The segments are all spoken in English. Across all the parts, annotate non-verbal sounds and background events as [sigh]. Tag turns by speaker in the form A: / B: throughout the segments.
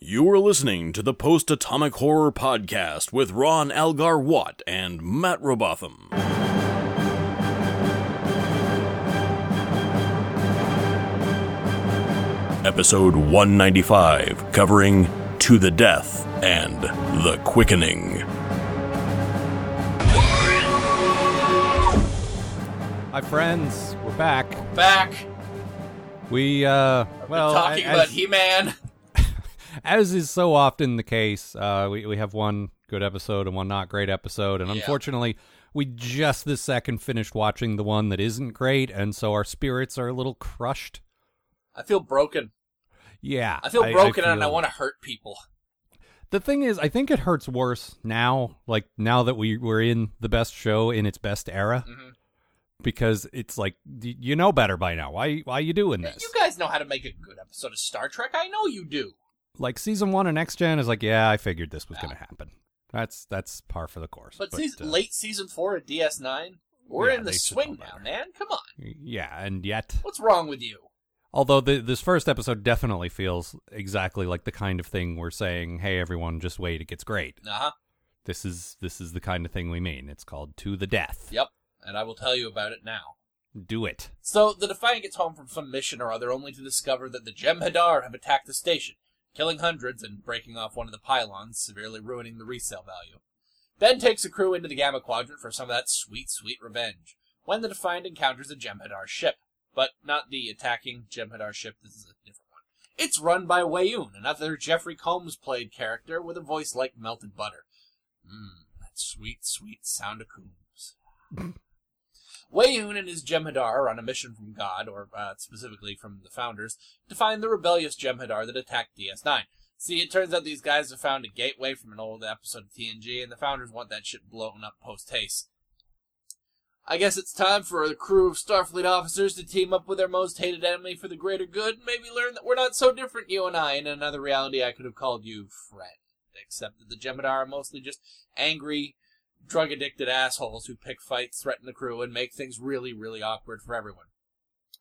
A: You are listening to the Post Atomic Horror Podcast with Ron Algar Watt and Matt Robotham. Episode 195, covering To the Death and The Quickening.
B: Hi, friends. We're back.
C: back.
B: We, uh, well,
C: talking
B: as,
C: about He-Man.
B: as is so often the case, uh, we, we have one good episode and one not great episode. And
C: Yeah.
B: unfortunately, we just this second finished watching the one that isn't great. And so our spirits are a little crushed.
C: I feel broken.
B: Yeah.
C: I feel broken and I
B: feel-
C: want to hurt people.
B: The thing is, I think it hurts worse now, like now that we, we're in the best show in its best era.
C: Mm-hmm.
B: Because it's like y- you know better by now. Why why you doing this?
C: You guys know how to make a good episode of Star Trek. I know you do.
B: like season one of next gen is like yeah i figured this was going to happen that's that's par for the course
C: But, season,
B: uh,
C: late season four of DS9, we're
B: yeah,
C: in the
B: they should know
C: swing now,
B: better.
C: man. Come on.
B: yeah and yet
C: What's wrong with you?
B: although the, this first episode definitely feels exactly like the kind of thing we're saying hey everyone just wait it gets great
C: Uh huh.
B: this is this is the kind of thing we mean it's called to the death
C: Yep. And I will tell you about it now.
B: do it [laughs]
C: So the Defiant gets home from some mission or other only to discover that the Jem'Hadar have attacked the station, killing hundreds and breaking off one of the pylons, severely ruining the resale value. Ben takes the crew into the Gamma Quadrant for some of that sweet, sweet revenge, when the Defiant encounters a Jem'Hadar ship. But not the attacking Jem'Hadar ship, this is a different one. It's run by Wayoon, another Jeffrey Combs played character with a voice like melted butter. Mmm, that sweet, sweet sound of Combs. Wayoon and his Jem'Hadar are on a mission from God, or uh, specifically from the Founders, to find the rebellious Jem'Hadar that attacked DS9. See, it turns out these guys have found a gateway from an old episode of TNG, and the Founders want that shit blown up post haste. I guess it's time for a crew of Starfleet officers to team up with their most hated enemy for the greater good, and maybe learn that we're not so different, you and I, in another reality I could have called you friend. Except that the Jem'Hadar are mostly just angry, drug addicted assholes who pick fights, threaten the crew, and make things really, really awkward for everyone.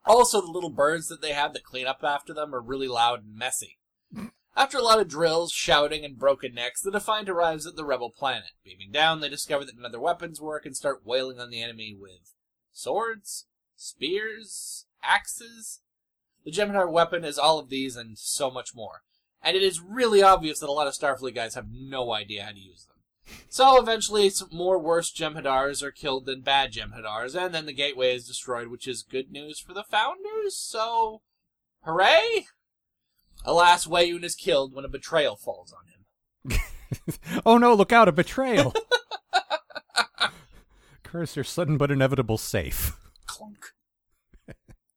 C: Also, the little birds that they have that clean up after them are really loud and messy. After a lot of drills, shouting, and broken necks, the Defiant arrives at the rebel planet. Beaming down, they discover that another weapons work and start wailing on the enemy with swords, spears, axes. The Geminar weapon is all of these and so much more. And it is really obvious that a lot of Starfleet guys have no idea how to use them. So eventually, some more worse Jem'Hadars are killed than bad Jem'Hadars, and then the gateway is destroyed, which is good news for the founders. So, hooray! Alas, Wayoon is killed when a betrayal falls on him.
B: oh no look out a
C: [laughs]
B: betrayal curse your sudden but inevitable safe
C: Clunk.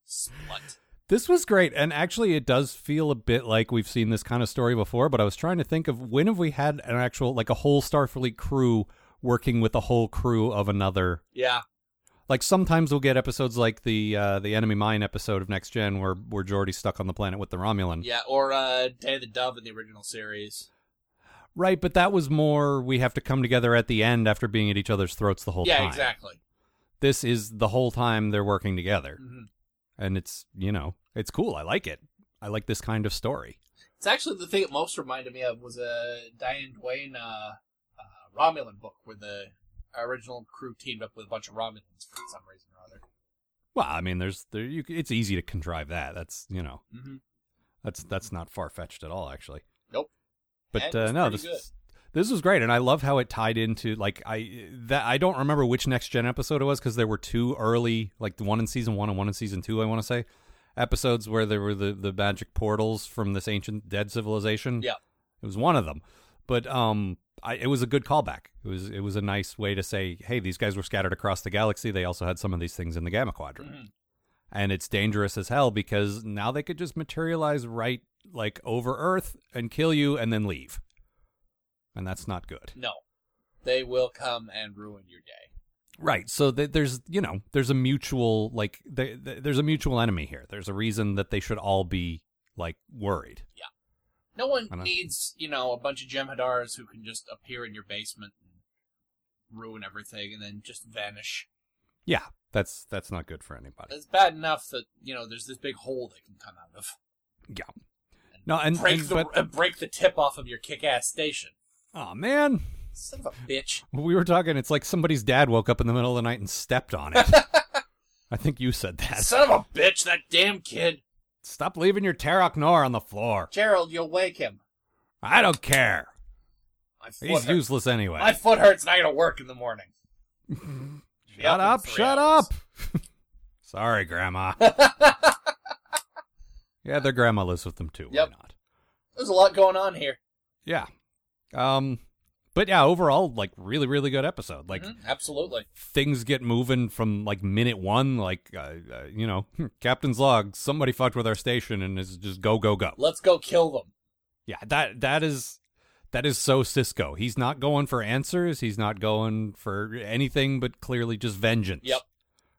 C: Slut.
B: This was great, and actually, it does feel a bit like we've seen this kind of story before. But I was trying to think of when have we had an actual, like a whole Starfleet crew working with a whole crew of another.
C: Yeah.
B: Like sometimes we'll get episodes like the uh, the enemy mine episode of Next Gen, where where Geordi's stuck on the planet with the Romulan.
C: Yeah, or uh, Day of the Dove in the original series.
B: Right, but that was more we have to come together at the end after being at each other's throats the whole
C: yeah,
B: time.
C: exactly.
B: This is the whole time they're working together,
C: Mhm.
B: and it's you know it's cool. I like it. I like this kind of story.
C: It's actually the thing it most reminded me of was a Diane Duane uh, uh, Romulan book where the original crew teamed up with a bunch of Romulans for some reason or other.
B: Well, I mean, there's there. You, c- it's easy to contrive that. That's you know,
C: Mm-hmm.
B: that's that's not far fetched at all, actually.
C: Nope.
B: But
C: That was
B: uh, no,
C: pretty
B: this this was great, and I love how it tied into like I that I don't remember which next gen episode it was because there were two early, like the one in season one and one in season two. I want to say episodes where there were the the magic portals from this ancient dead civilization.
C: Yeah.
B: it was one of them, but um. I, it was a good callback. It was it was a nice way to say, hey, these guys were scattered across the galaxy. They also had some of these things in the Gamma Quadrant
C: Mhm.
B: and it's dangerous as hell because now they could just materialize right like over earth and kill you and then leave and that's not good
C: No, they will come and ruin your day.
B: right so th- there's you know there's a mutual like th- th- there's a mutual enemy here there's a reason that they should all be like worried
C: No one
B: I know.
C: needs, you know, a bunch of Jem'Hadars who can just appear in your basement and ruin everything and then just vanish.
B: yeah that's that's not good for anybody
C: It's bad enough that you know there's this big hole they can come out of.
B: yeah
C: And
B: No, and,
C: break
B: and-
C: the
B: but
C: uh, break the tip off of your kick-ass station.
B: oh man,
C: Son of a bitch.
B: we were talking. It's like somebody's dad woke up in the middle of the night and stepped on
C: [laughs]
B: it. I think you said that.
C: Son of a bitch, that damn kid.
B: Stop leaving your Tarok Nor on the floor.
C: Gerald, you'll wake him.
B: I don't care.
C: My foot,
B: He's
C: hurt-
B: useless anyway.
C: My foot hurts and I gotta work in
B: [laughs]
C: the morning. Be
B: shut
C: in
B: up!
C: three
B: Shut
C: hours.
B: up! [laughs] Sorry,
C: [laughs]
B: Grandma. yeah, their grandma lives with them too.
C: Yep.
B: Why not?
C: There's a lot going on here.
B: Yeah. Um, but yeah, overall, like really, really good episode. Like
C: Mhm, absolutely.
B: things get moving from like minute one. Like uh, uh, you know, [laughs] Captain's log. Somebody fucked with our station, and it's just go, go, go.
C: Let's go kill them.
B: Yeah, that that is that is so Cisco. He's not going for answers. He's not going for anything but clearly just vengeance.
C: Yep.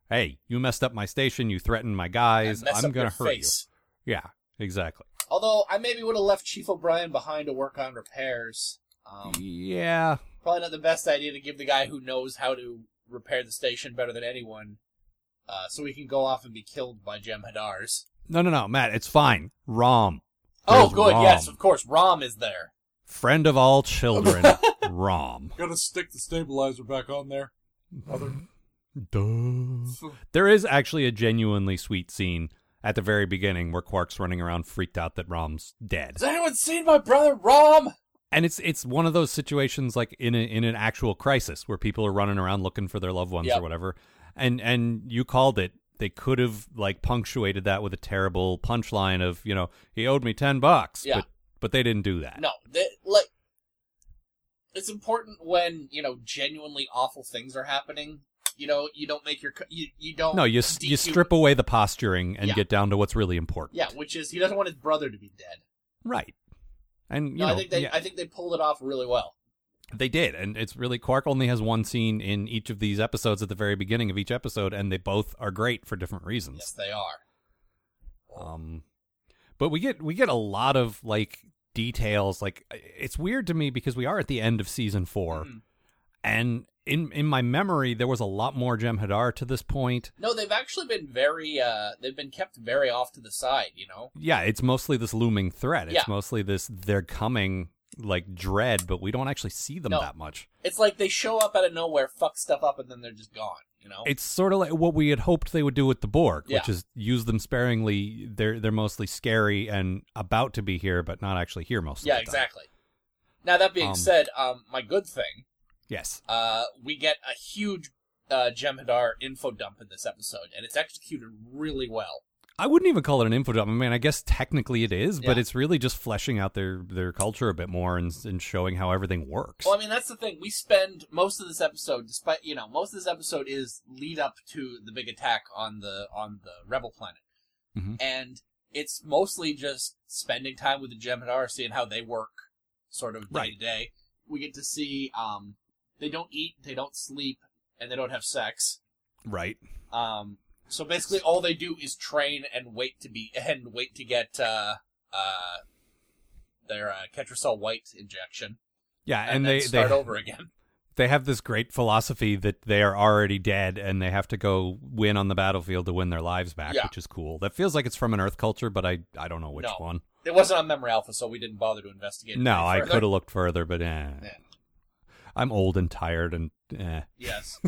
B: Hey, you messed up my station. You threatened my
C: And
B: guys.
C: mess
B: I'm
C: up your
B: gonna hurt
C: face.
B: you. Yeah, exactly.
C: Although I maybe would have left Chief O'Brien behind to work on repairs. Um,
B: yeah.
C: probably not the best idea to give the guy who knows how to repair the station better than anyone, uh, so he can go off and be killed by Jem Hadar's.
B: No, no, no, Matt. It's fine. Rom,
C: Oh,
B: There's
C: good.
B: Rom.
C: Yes, of course. Rom is there.
B: friend of
C: [laughs]
B: all children. Rom.
C: Gonna stick the stabilizer back on there.
B: Duh. There is actually a genuinely sweet scene at the very beginning where Quark's running around freaked out that Rom's dead.
C: Has anyone seen my brother Rom?
B: and it's it's one of those situations like in a, in an actual crisis where people are running around looking for their loved ones
C: Yep.
B: or whatever and and you called it they could have like punctuated that with a terrible punchline of you know he owed me 10 bucks
C: Yeah.
B: but, but they didn't do that
C: No, they, like it's important when you know genuinely awful things are happening. You know, you don't make your co- you you don't
B: no you s- you
C: dehu-
B: strip away the posturing and
C: Yeah.
B: get down to what's really important
C: Yeah, which is he doesn't want his brother to be dead.
B: right and you
C: No,
B: know
C: I think they
B: yeah,
C: I think they pulled it off really well.
B: they did and it's really Quark only has one scene in each of these episodes at the very beginning of each episode and they both are great for different reasons
C: Yes, they are.
B: Um, but we get we get a lot of like details. Like it's weird to me because we are at the end of season 4
C: Mhm.
B: and in in my memory there was a lot more Jem'Hadar to this point.
C: No, they've actually been very uh they've been kept very off to the side. You know,
B: Yeah, it's mostly this looming threat. It's
C: Yeah.
B: mostly this they're coming like dread, but we don't actually see them
C: No.
B: that much.
C: it's like they show up out of nowhere, fuck stuff up, and then they're just gone. You know,
B: It's sort of like what we had hoped they would do with the Borg,
C: Oh. Yeah.
B: which is use them sparingly. They're they're mostly scary and about to be here, but not actually here most
C: yeah,
B: of the time.
C: exactly. Now that being
B: Um,
C: said, um, my good thing
B: Yes.
C: uh, we get a huge uh, Jem'Hadar info dump in this episode, and it's executed really well.
B: I wouldn't even call it an info dump. I mean, I guess technically it is, but
C: Yeah.
B: it's really just fleshing out their their culture a bit more and and showing how everything works.
C: Well, I mean, that's the thing. We spend most of this episode, despite you know, most of this episode is lead up to the big attack on the on the Rebel planet,
B: Mhm.
C: and it's mostly just spending time with the Jem'Hadar, seeing how they work, sort of day to
B: Right.
C: day. We get to see um, they don't eat, they don't sleep, and they don't have sex.
B: right.
C: Um, so basically, all they do is train and wait to be [laughs] and wait to get uh, uh, their uh, Ketracel White injection,
B: Yeah,
C: and,
B: and,
C: then
B: they
C: start
B: they,
C: over again. [laughs]
B: they have this great philosophy that they are already dead and they have to go win on the battlefield to win their lives back,
C: Yeah.
B: which is cool. That feels like it's from an Earth culture, but I I don't know which
C: No.
B: one.
C: It wasn't on Memory Alpha, so we didn't bother to investigate. it
B: No,
C: any
B: I
C: further.
B: could have looked further, but eh.
C: Yeah.
B: I'm old and tired and eh.
C: [laughs]
B: [laughs]
C: Yes,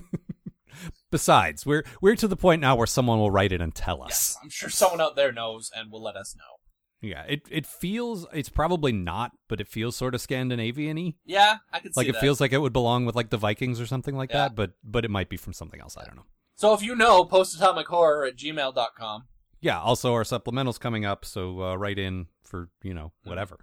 B: Besides, we're we're to the point now where someone will write it and tell us.
C: yes. I'm sure someone out there knows and will let us know.
B: Yeah, it it feels it's probably not, but it feels sort of Scandinavian-y.
C: Yeah, I could
B: Like
C: see
B: it
C: that.
B: feels like it would belong with like the Vikings or something like
C: Yeah.
B: that, but but it might be from something else. I don't know.
C: So if you know, postatomichorror at gmail.com.
B: Yeah. Also, our supplementals coming up, so uh, write in for you know
C: Mm-hmm.
B: whatever.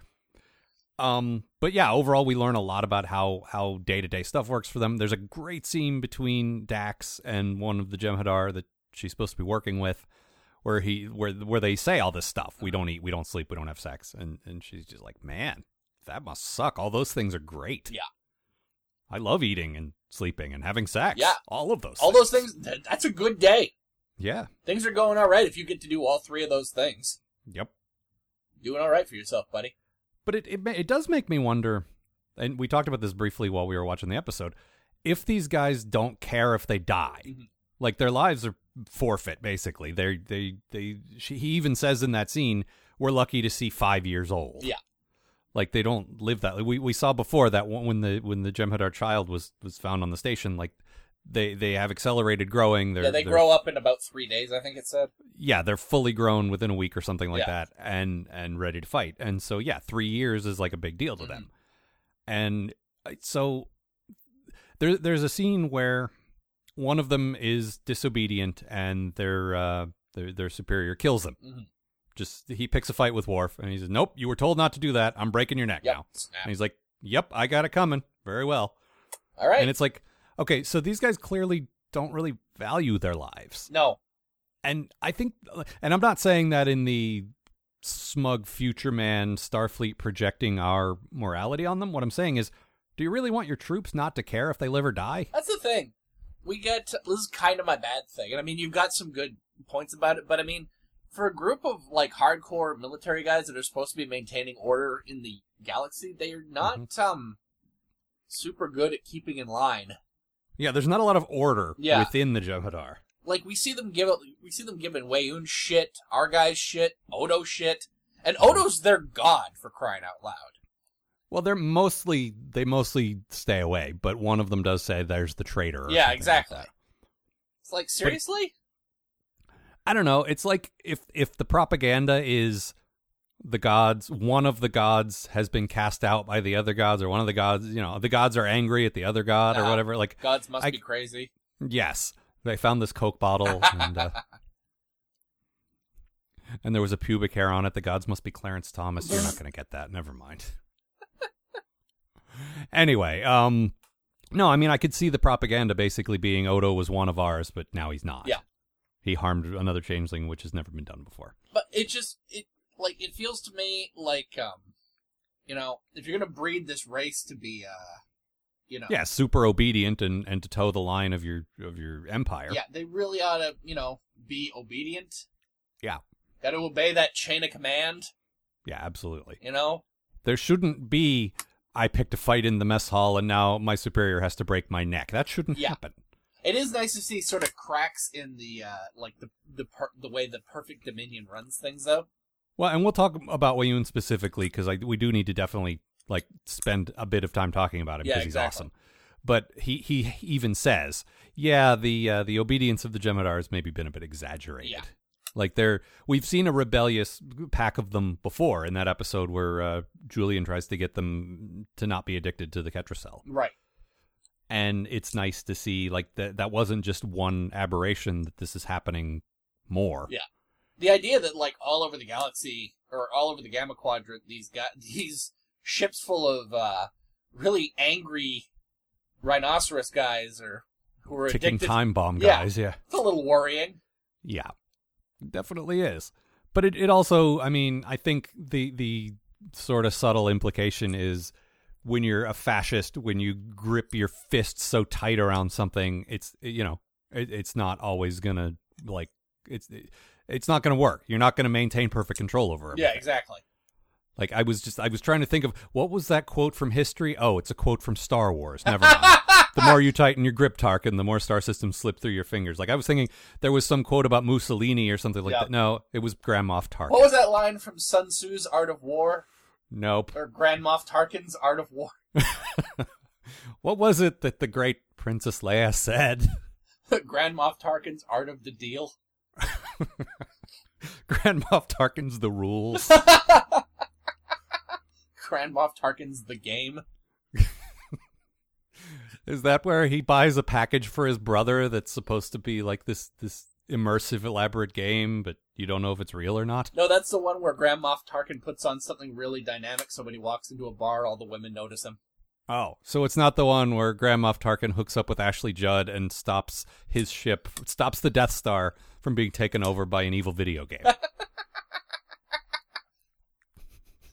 B: Um, but yeah, overall we learn a lot about how how day to day stuff works for them. There's a great scene between Dax and one of the Jem'Hadar that she's supposed to be working with, where he where where they say all this stuff.
C: Mm-hmm.
B: We don't eat, we don't sleep, we don't have sex, and and she's just like, man, that must suck. All those things are great.
C: Yeah.
B: I love eating and sleeping and having sex.
C: Yeah.
B: all of those.
C: All those things. th- that's a good day.
B: Yeah.
C: Things are going all right if you get to do all three of those things.
B: Yep.
C: Doing all right for yourself, buddy.
B: But it, it ma- it does make me wonder, and we talked about this briefly while we were watching the episode. If these guys don't care if they die,
C: Mhm.
B: like their lives are forfeit, basically. They they they. She, he even says in that scene, we're lucky to see five years old.
C: Yeah.
B: Like they don't live that. We we saw before that one- when the when the Jem'Hadar child was was found on the station, like they they have accelerated growing. They're,
C: yeah, they
B: they're-
C: grow up in about three days, I think it said.
B: yeah, they're fully grown within a week or something like
C: Yeah.
B: that, and and ready to fight. And so yeah, three years is like a big deal to them.
C: Mm-hmm.
B: And uh, so there there's a scene where one of them is disobedient, and their uh, their their superior kills them.
C: Mhm.
B: Just he picks a fight with Worf, and he says, "Nope, you were told not to do that. I'm breaking your neck
C: Yep.
B: now."
C: Snap.
B: And he's like, "Yep, I got it coming. Very well."
C: All right.
B: And it's like, okay, so these guys clearly don't really value their lives
C: no.
B: and I think, and I'm not saying that in the smug future man Starfleet projecting our morality on them. What I'm saying is, do you really want your troops not to care if they live or die?
C: That's the thing. We get this is kind of my bad thing, and I mean you've got some good points about it, but I mean for a group of like hardcore military guys that are supposed to be maintaining order in the galaxy, they are not
B: Mm-hmm.
C: um super good at keeping in line.
B: Yeah, there's not a lot of order
C: Yeah.
B: within the Jem'Hadar.
C: Like we see them give we see them giving Wayoon shit, our guys shit, Odo shit, and Odo's their god for crying out loud.
B: Well, they're mostly they mostly stay away, but one of them does say there's the traitor. or
C: Yeah,
B: something like
C: exactly.
B: that.
C: It's like seriously,
B: I don't know. It's like if if the propaganda is the gods, one of the gods has been cast out by the other gods, or one of the gods, you know, the gods are angry at the other god or
C: Uh-huh.
B: whatever. Like
C: gods must
B: I-
C: be crazy.
B: Yes, they found this Coke
C: [laughs]
B: bottle, and uh, and there was a pubic hair on it. The gods must be Clarence Thomas. You're not going to get that. Never mind. [laughs] anyway, um, no, I mean I could see the propaganda basically being Odo was one of ours, but now he's not.
C: Yeah.
B: he harmed another changeling, which has never been done before.
C: But it just it like it feels to me like um you know, if you're gonna breed this race to be uh you know
B: Yeah, super obedient and and to toe the line of your of your empire.
C: yeah, they really ought to, you know, be obedient.
B: Yeah.
C: Gotta obey that chain of command,
B: yeah, absolutely.
C: you know?
B: There shouldn't be. I picked a fight in the mess hall, and now my superior has to break my neck. That shouldn't
C: Yeah.
B: happen.
C: It is nice to see sort of cracks in the uh like the the per- the way the perfect dominion runs things though.
B: Well, and we'll talk about Wayun specifically because we do need to definitely like spend a bit of time talking about him
C: Yeah,
B: because he's
C: exactly.
B: awesome. But he he even says, yeah, the uh, the obedience of the Jem'Hadar has maybe been a bit exaggerated.
C: Yeah.
B: Like they're we've seen a rebellious pack of them before in that episode where uh, Julian tries to get them to not be addicted to the Ketracel.
C: Right.
B: and it's nice to see like that that wasn't just one aberration that this is happening more
C: Yeah. the idea that like all over the galaxy or all over the gamma quadrant these guys [laughs] these ships full of uh really angry rhinoceros guys or who are
B: ticking
C: addicted
B: time bomb
C: Yeah.
B: guys yeah
C: it's a little worrying
B: yeah, definitely is but it, it also i mean i think the the sort of subtle implication is when you're a fascist when you grip your fists so tight around something it's you know it, it's not always gonna like it's it's not gonna work you're not gonna maintain perfect control over it
C: yeah
B: [laughs]
C: exactly
B: Like I was just I was trying to think of what was that quote from history? Oh, it's a quote from Star Wars. Never
C: [laughs]
B: mind. the more you tighten your grip, Tarkin, the more star systems slip through your fingers. Like I was thinking there was some quote about Mussolini or something like
C: Yeah.
B: that. No, it was Grand Moff Tarkin.
C: what was that line from sun tzu's art of war
B: Nope.
C: or grand moff tarkin's art of war [laughs]
B: What was it that the great Princess Leia said? [laughs]
C: grand moff tarkin's art of the deal
B: Grand Moff Tarkin's the rules.
C: [laughs] grand moff tarkin's the game
B: Is that where he buys a package for his brother that's supposed to be like this this immersive elaborate game, but you don't know if it's real or not?
C: no that's the one where grand moff tarkin puts on something really dynamic so when he walks into a bar all the women notice him
B: Oh, so it's not the one where Grand Moff Tarkin hooks up with Ashley Judd and stops his ship, stops the Death Star from being taken over by an evil video [laughs] game.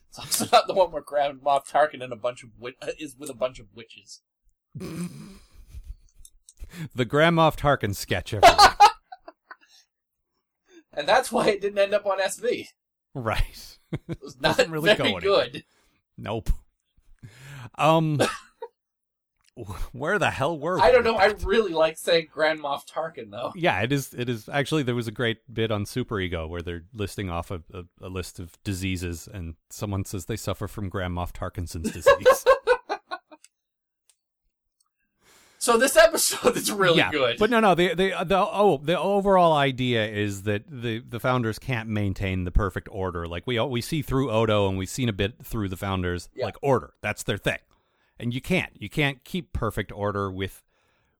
C: It's also not the one where Grand Moff Tarkin and a bunch of wit- is with a bunch of witches.
B: the Grand Moff Tarkin sketch, everyone.
C: And that's why it didn't end up on SV.
B: [laughs] right?
C: It
B: [laughs]
C: was not
B: Doesn't really
C: very
B: go anywhere.
C: good.
B: Nope. Um, where the hell were we?
C: I don't know. I really like saying Grand Moff Tarkin though.
B: Yeah, it is. It is actually there was a great bit on Super Ego where they're listing off a, a, a list of diseases, and someone says they suffer from Grand Moff Tarkinson's [laughs] disease.
C: So this episode is really
B: yeah,
C: good.
B: but no, no. The the the oh the overall idea is that the the founders can't maintain the perfect order. Like we all- we see through Odo, and we've seen a bit through the founders.
C: Yeah.
B: Like order, that's their thing, and you can't you can't keep perfect order with,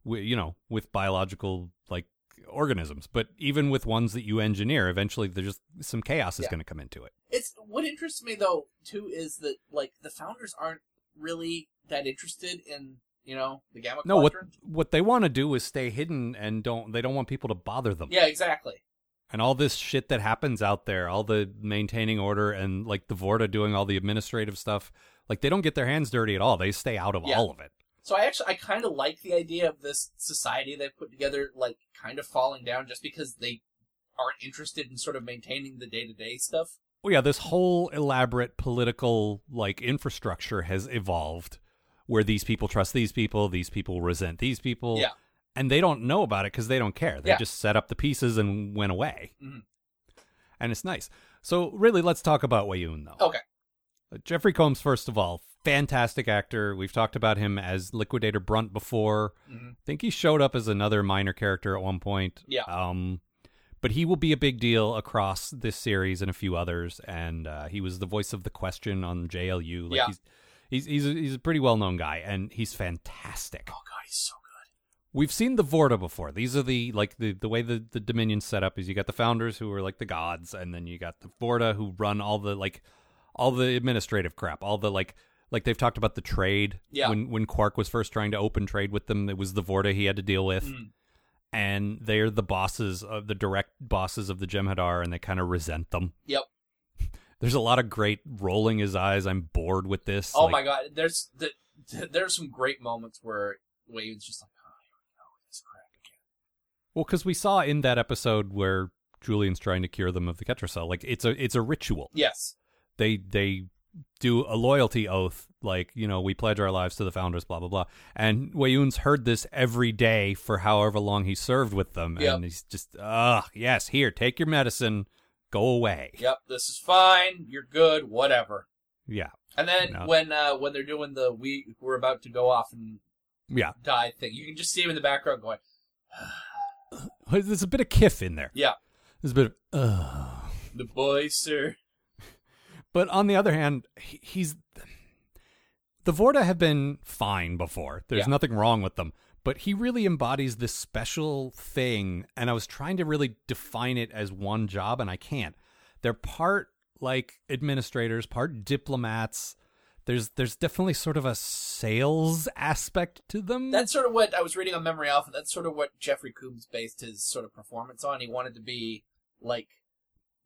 B: with you know with biological like organisms. But even with ones that you engineer, eventually there's just some chaos is
C: Yeah.
B: going to come into it.
C: It's what interests me though too is that like the founders aren't really that interested in you know the gamma
B: No, what
C: quadrant.
B: what they want to do is stay hidden and don't they don't want people to bother them.
C: Yeah, exactly.
B: and all this shit that happens out there, all the maintaining order and like the Vorta doing all the administrative stuff, like they don't get their hands dirty at all. They stay out of
C: Yeah.
B: all of it.
C: So I actually I kind of like the idea of this society they put together, like kind of falling down just because they aren't interested in sort of maintaining the day to day stuff.
B: Well, yeah, this whole elaborate political like infrastructure has evolved where these people trust these people, these people resent these people.
C: Yeah.
B: And they don't know about it because they don't care. They
C: Yeah.
B: just set up the pieces and went away.
C: Mhm.
B: And it's nice. So, really, let's talk about Wayoon, though.
C: Okay.
B: Uh, Jeffrey Combs, first of all, fantastic actor. We've talked about him as Liquidator Brunt before.
C: Mhm.
B: I think he showed up as another minor character at one point.
C: Yeah.
B: Um, but he will be a big deal across this series and a few others. And uh, he was the voice of the question on JLU. Like
C: Yeah.
B: He's, he's he's a, he's a pretty well known guy, and he's fantastic.
C: Oh god, he's so
B: We've seen the Vorta before. These are the like the the way the the Dominion's set up is you got the founders who are like the gods, and then you got the Vorta who run all the like all the administrative crap, all the like like they've talked about the trade.
C: Yeah.
B: When when Quark was first trying to open trade with them, it was the Vorta he had to deal with.
C: Mm.
B: And they're the bosses of the direct bosses of the Jem'Hadar, and they kind of resent them.
C: Yep.
B: [laughs] There's a lot of great rolling his eyes. I'm bored with this.
C: Oh
B: like-
C: my god, there's the, [laughs] there's some great moments where Wade's just like, oh, here we go with this crap again.
B: Well, because we saw in that episode where Julian's trying to cure them of the Ketracel, like it's a it's a ritual.
C: Yes,
B: They they do a loyalty oath, like you know we pledge our lives to the founders, blah blah blah. And Wayoon's heard this every day for however long he served with them,
C: Yep.
B: and he's just ah yes, here take your medicine, go away.
C: yep, this is fine. You're good. Whatever.
B: Yeah,
C: And then
B: No.
C: when uh, when they're doing the we we're about to go off and
B: yeah.
C: die thing, you can just see him in the background going,
B: There's a bit of kiff in there.
C: yeah,
B: There's a bit of ugh.
C: the boy, sir.
B: But on the other hand, he- he's the Vorta have been fine before. There's
C: Yeah.
B: nothing wrong with them. But he really embodies this special thing, and I was trying to really define it as one job, and I can't. They're part like administrators, part diplomats. There's there's definitely sort of a sales aspect to them.
C: That's sort of what I was reading on Memory Alpha. That's sort of what Jeffrey Coombs based his sort of performance on. He wanted to be like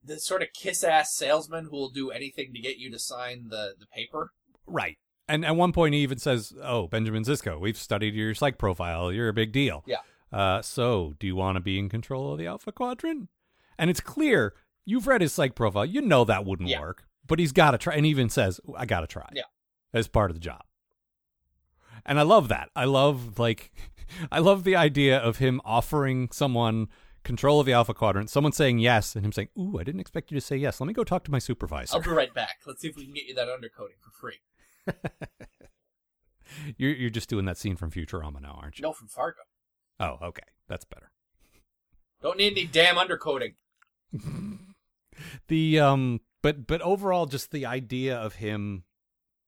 C: the sort of kiss ass salesman who will do anything to get you to sign the the paper.
B: Right. And at one point, he even says, "Oh, Benjamin Zisco, we've studied your psych profile. You're a big deal.
C: Yeah.
B: Uh, so, do you want to be in control of the Alpha Quadrant?" And it's clear you've read his psych profile. You know that wouldn't
C: Yeah.
B: work. But he's got to try, and he even says, "I got to try."
C: Yeah.
B: As part of the job. And I love that. I love like, [laughs] I love the idea of him offering someone control of the Alpha Quadrant. Someone saying yes, and him saying, "Ooh, I didn't expect you to say yes. Let me go talk to my supervisor."
C: I'll be right back. Let's see if we can get you that undercoating for free.
B: You're, you're just doing that scene from Futurama now, aren't you?
C: No, from Fargo.
B: Oh, okay. That's better.
C: Don't need any damn undercoating.
B: The um but but overall just the idea of him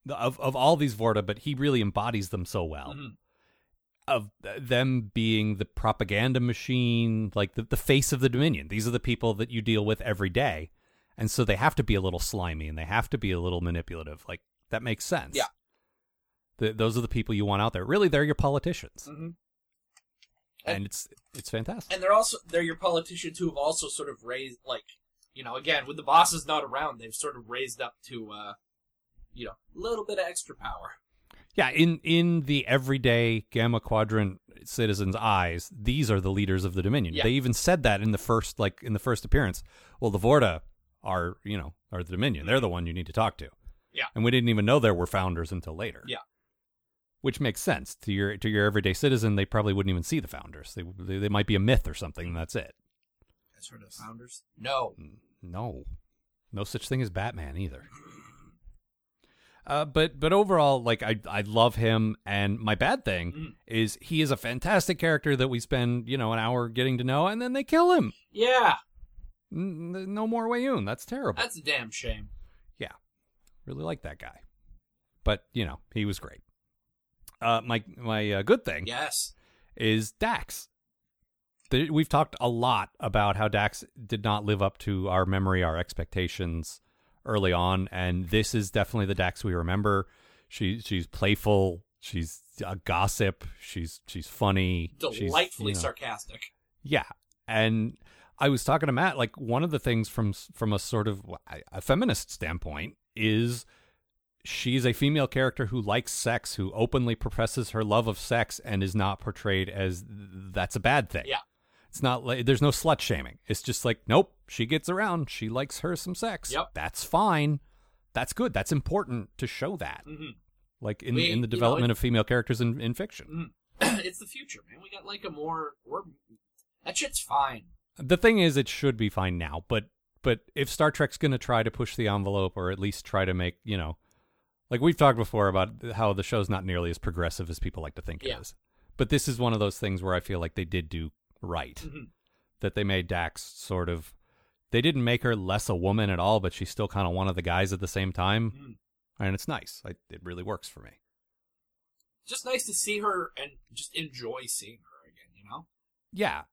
B: of of all these Vorta, but he really embodies them so well.
C: Mhm.
B: Of them being the propaganda machine, like the, the face of the Dominion. These are the people that you deal with every day. And so they have to be a little slimy and they have to be a little manipulative. Like that makes sense.
C: Yeah.
B: Th- those are the people you want out there. Really, they're your politicians.
C: Mhm.
B: And, it's it's fantastic.
C: And they're also they're your politicians who have also sort of raised like you know again when the boss is not around they've sort of raised up to uh you know a little bit of extra power.
B: Yeah, in in the everyday Gamma Quadrant citizens' eyes, these are the leaders of the Dominion.
C: Yeah.
B: They even said that in the first like in the first appearance. Well, the Vorta are you know are the Dominion. They're the one you need to talk to.
C: Yeah.
B: and we didn't even know there were founders until later.
C: Yeah.
B: which makes sense to your to your everyday citizen. They probably wouldn't even see the founders. They they, they might be a myth or something. And that's it.
C: As for the founders? No.
B: No, no such thing as Batman either. Uh, but but overall, like I I love him, and my bad thing is he is a fantastic character that we spend you know an hour getting to know, and then they kill him.
C: Yeah,
B: N- no more Wayoon. That's terrible.
C: that's a damn shame.
B: Yeah. Really like that guy. But, you know, he was great. Uh, my my uh, good thing
C: Yes.
B: is Dax. The, we've talked a lot about how Dax did not live up to our memory, our expectations early on, and this is definitely the Dax we remember. She she's playful, she's a gossip, she's she's funny, she's, you
C: Delightfully
B: know.
C: sarcastic.
B: Yeah, and I was talking to Matt. Like one of the things from from a sort of a feminist standpoint is she's a female character who likes sex, who openly professes her love of sex, and is not portrayed as that's a bad thing.
C: Yeah.
B: It's not like there's no slut shaming. It's just like, nope, she gets around. She likes her some sex.
C: Yep.
B: That's fine. That's good. That's important to show that.
C: Mhm.
B: Like in,
C: We-
B: in the
C: you know,
B: development
C: it-
B: of female characters in, in fiction.
C: mm-hmm. [clears throat] it's the future, man. We got like a more. We're, that shit's fine.
B: the thing is it should be fine now but but if star trek's going to try to push the envelope or at least try to make you know like we've talked before about how the show's not nearly as progressive as people like to think
C: Yeah.
B: it is but this is one of those things where i feel like they did do right
C: Mhm.
B: that they made dax sort of they didn't make her less a woman at all but she's still kind of one of the guys at the same time
C: Mhm.
B: and it's nice I, it really works for me
C: Just nice to see her and just enjoy seeing her again. You know.
B: Yeah,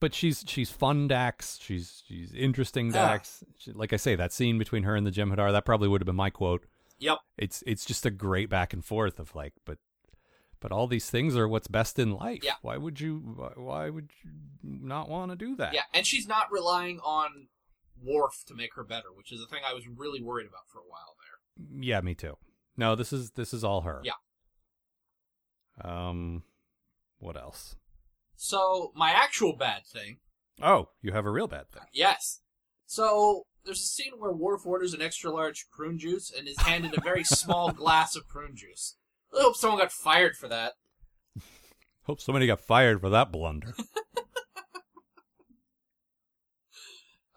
B: but she's she's fun Dax. She's she's interesting
C: Ah.
B: Dax. She, like I say, that scene between her and the Jem'Hadar that probably would have been my quote.
C: Yep.
B: It's it's just a great back and forth of like, but but all these things are what's best in life.
C: Yeah.
B: Why would you? why- Why would you not want to do that?
C: Yeah, and she's not relying on Worf to make her better, which is a thing I was really worried about for a while there.
B: Yeah, me too. No, this is this is all her.
C: Yeah.
B: Um, what else?
C: So my actual bad thing,
B: Oh, you have a real bad thing.
C: yes. So there's a scene where Worf orders an extra large prune juice and is handed a very small glass of prune juice. I hope someone got fired for that.
B: Hope somebody got fired for that
C: [laughs]
B: blunder.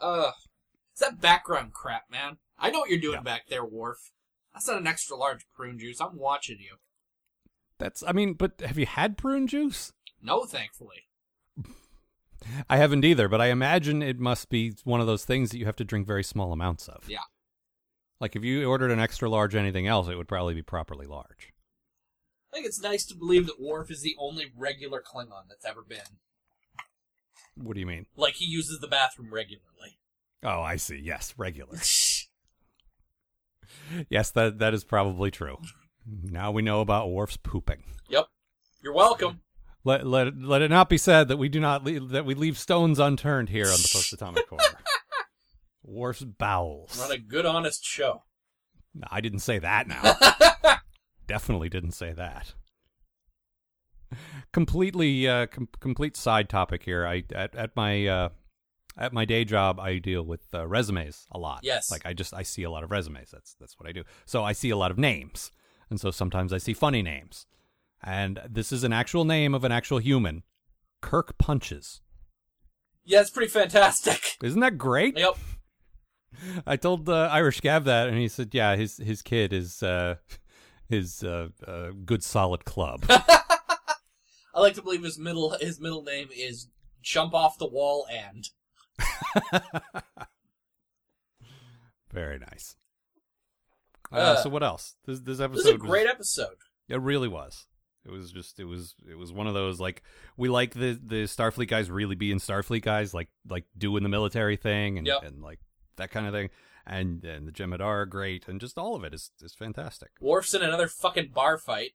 C: Ugh. It's that background crap, man. I know what you're doing
B: Yeah.
C: back there, Worf. That's not an extra large prune juice. I'm watching you.
B: That's. I mean, but have you had prune juice?
C: No, thankfully.
B: I haven't either, but I imagine it must be one of those things that you have to drink very small amounts of.
C: Yeah.
B: Like if you ordered an extra large anything else, it would probably be properly large.
C: I think it's nice to believe that Worf is the only regular Klingon that's ever been.
B: What do you mean?
C: Like he uses the bathroom regularly.
B: Oh, I see. Yes,
C: [laughs]
B: regular. yes, that that is probably true. Now we know about Worf's pooping.
C: yep. You're welcome.
B: Let let let it not be said that we do not leave, that we leave stones unturned here on the post atomic
C: [laughs]
B: corner. Worf's bowels.
C: Run a good, honest show.
B: No, I didn't say that now. Definitely didn't say that. Completely uh com- complete side topic here. I at, at my uh at my day job I deal with uh, resumes a lot.
C: Yes.
B: Like I just I see a lot of resumes. That's that's what I do. So I see a lot of names. And so sometimes I see funny names. And this is an actual name of an actual human. Kirk Punches.
C: Yeah, it's pretty fantastic. [laughs]
B: Isn't that great?
C: Yep.
B: I told uh, Irish Gav that, and he said, "Yeah, his his kid is uh, [laughs] his uh, uh, good solid club."
C: [laughs] I like to believe his middle his middle name is jump off the wall and
B: Very nice. Uh,
C: Uh,
B: so what else? This this episode
C: this is a
B: was-
C: great episode.
B: it really was. It was just it was it was one of those like we like the the Starfleet guys really being Starfleet guys like like doing the military thing and
C: Yep.
B: and like that kind of thing and and the Jem'Hadar are great and just all of it is is fantastic.
C: Worf's in another fucking bar fight.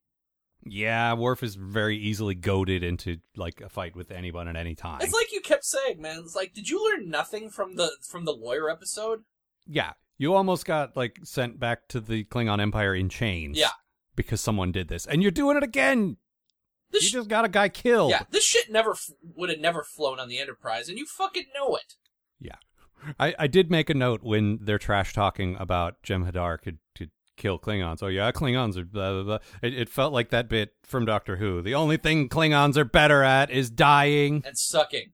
B: Yeah, Worf is very easily goaded into like a fight with anyone at any time.
C: It's like you kept saying, man. It's like, did you learn nothing from the from the lawyer episode?
B: Yeah, you almost got like sent back to the Klingon Empire in chains.
C: Yeah.
B: because someone did this, and you're doing it again.
C: This
B: you
C: sh-
B: just got a guy killed.
C: yeah, this shit never f- would have never flown on the Enterprise, and you fucking know it.
B: Yeah. I, I did make a note when they're trash talking about Jem Hadar could could kill Klingons. Oh yeah, Klingons are blah blah blah. It, it felt like that bit from Doctor Who. The only thing Klingons are better at is dying.
C: and sucking.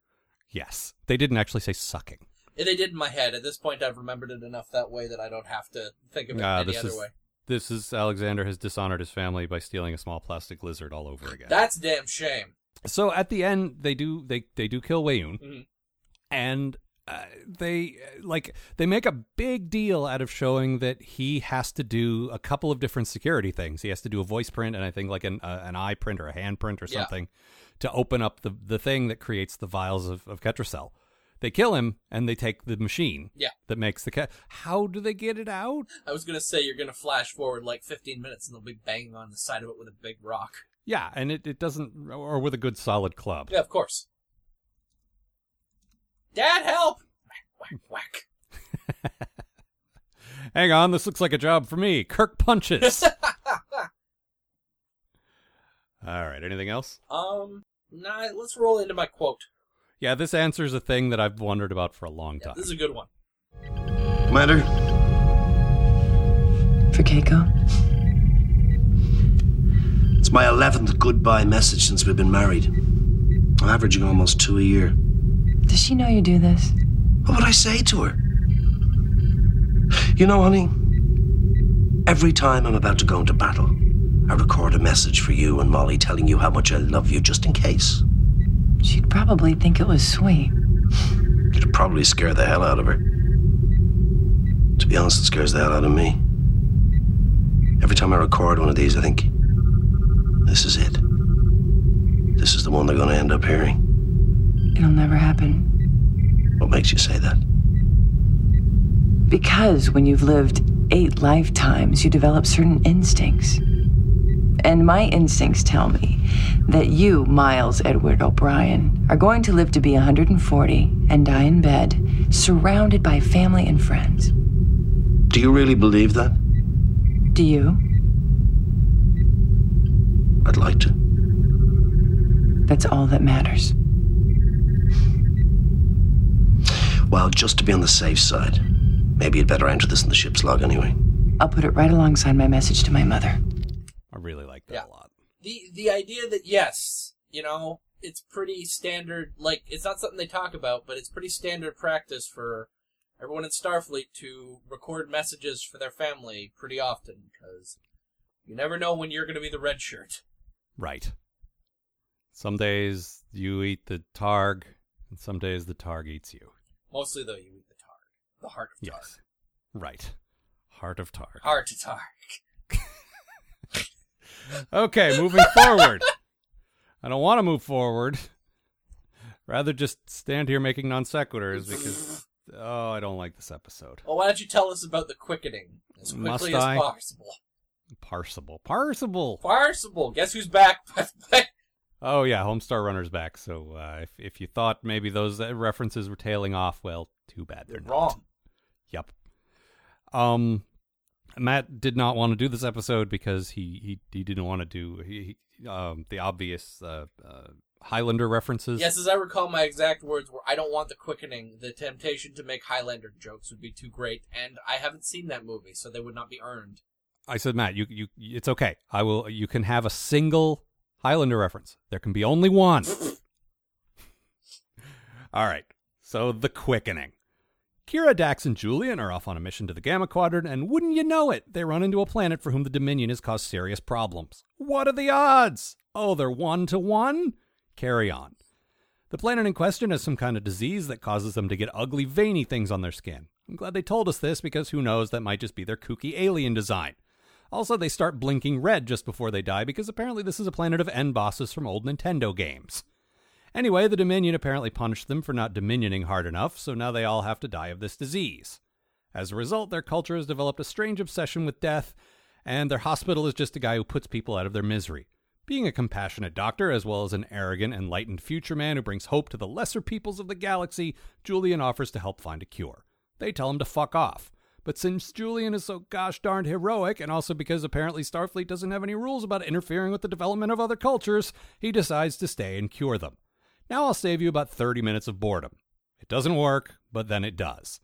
B: Yes, they didn't actually say sucking.
C: They did in my head. At this point, I've remembered it enough that way that I don't have to think of it
B: Ah,
C: any
B: this
C: other
B: is-
C: way.
B: This is Alexander has dishonored his family by stealing a small plastic lizard all over again.
C: That's a damn shame.
B: so at the end, they do they they do kill Wayun,
C: Mhm.
B: and uh, they uh, like they make a big deal out of showing that he has to do a couple of different security things. He has to do a voice print and I think like an uh, an eye print or a hand print or
C: Yeah.
B: something to open up the the thing that creates the vials of of Ketracel. They kill him and they take the machine
C: Yeah.
B: that makes the cat. How do they get it out?
C: I was gonna say you're gonna flash forward like 15 minutes and they'll be banging on the side of it with a big rock.
B: Yeah, and it, it doesn't, or with a good solid club.
C: Yeah, of course. Dad, help! Whack, whack, whack.
B: Hang on, this looks like a job for me. Kirk
C: [laughs]
B: punches. All right, anything else?
C: Um, nah, let's roll into my quote.
B: Yeah, this answers a thing that I've wondered about for a long
C: Yeah,
B: time.
C: this is a good one.
D: Letter?
E: For Keiko?
D: It's my 11th goodbye message since we've been married. I'm averaging almost two a year.
E: Does she know you do this?
D: What would I say to her? You know, honey, every time I'm about to go into battle, I record a message for you and Molly telling you how much I love you just in case.
E: She'd probably think it was sweet.
D: It'd probably scare the hell out of her. To be honest, it scares the hell out of me. Every time I record one of these, I think, this is it. This is the one they're going to end up hearing.
E: It'll never happen.
D: What makes you say that?
E: Because when you've lived eight lifetimes, you develop certain instincts. And my instincts tell me that you, Miles Edward O'Brien, are going to live to be 140 and die in bed, surrounded by family and friends.
D: Do you really believe that?
E: Do you?
D: I'd like to.
E: That's all that matters.
D: Well, just to be on the safe side, maybe you'd better enter this in the ship's log anyway.
E: I'll put it right alongside my message to my mother.
B: I really like that
C: Yeah.
B: a lot.
C: The the idea that yes, you know, it's pretty standard. Like it's not something they talk about, but it's pretty standard practice for everyone in Starfleet to record messages for their family pretty often because you never know when you're gonna be the red shirt.
B: Right. Some days you eat the targ, and some days the targ eats you.
C: Mostly though, you eat the Targ, the heart of Targ,
B: Yes. Right. Heart of targ.
C: heart of Targ. Uh. [laughs]
B: Okay, moving forward. I don't want to move forward. Rather just stand here making non sequiturs because oh, I don't like this episode.
C: Well, why don't you tell us about the quickening as quickly
B: Must
C: as
B: I?
C: possible?
B: Parsable. Parsable.
C: Parsable. Guess who's back? [laughs]
B: Oh yeah, Homestar Runner's back. So uh, if if you thought maybe those uh, references were tailing off, well, too bad they're
C: They're
B: not.
C: wrong.
B: Yep. Um, Matt did not want to do this episode because he he, he didn't want to do he, he, um the obvious uh, uh Highlander references.
C: Yes, as I recall, my exact words were, "I don't want the quickening. The temptation to make Highlander jokes would be too great, and I haven't seen that movie, so they would not be earned."
B: I said, Matt, you you it's okay. I will. You can have a single Highlander reference. There can be only one. [laughs] All right. So the quickening. Kira, Dax, and Julian are off on a mission to the Gamma Quadrant, and wouldn't you know it, they run into a planet for whom the Dominion has caused serious problems. What are the odds? Oh, they're one to one? Carry on. The planet in question has some kind of disease that causes them to get ugly, veiny things on their skin. I'm glad they told us this because who knows, that might just be their kooky alien design. Also, they start blinking red just before they die because apparently this is a planet of end bosses from old Nintendo games. Anyway, the Dominion apparently punished them for not dominioning hard enough, so now they all have to die of this disease. As a result, their culture has developed a strange obsession with death, and their hospital is just a guy who puts people out of their misery. Being a compassionate doctor, as well as an arrogant, enlightened future man who brings hope to the lesser peoples of the galaxy, Julian offers to help find a cure. They tell him to fuck off. But since Julian is so gosh darned heroic, and also because apparently Starfleet doesn't have any rules about interfering with the development of other cultures, he decides to stay and cure them. Now I'll save you about 30 minutes of boredom. It doesn't work, but then it does.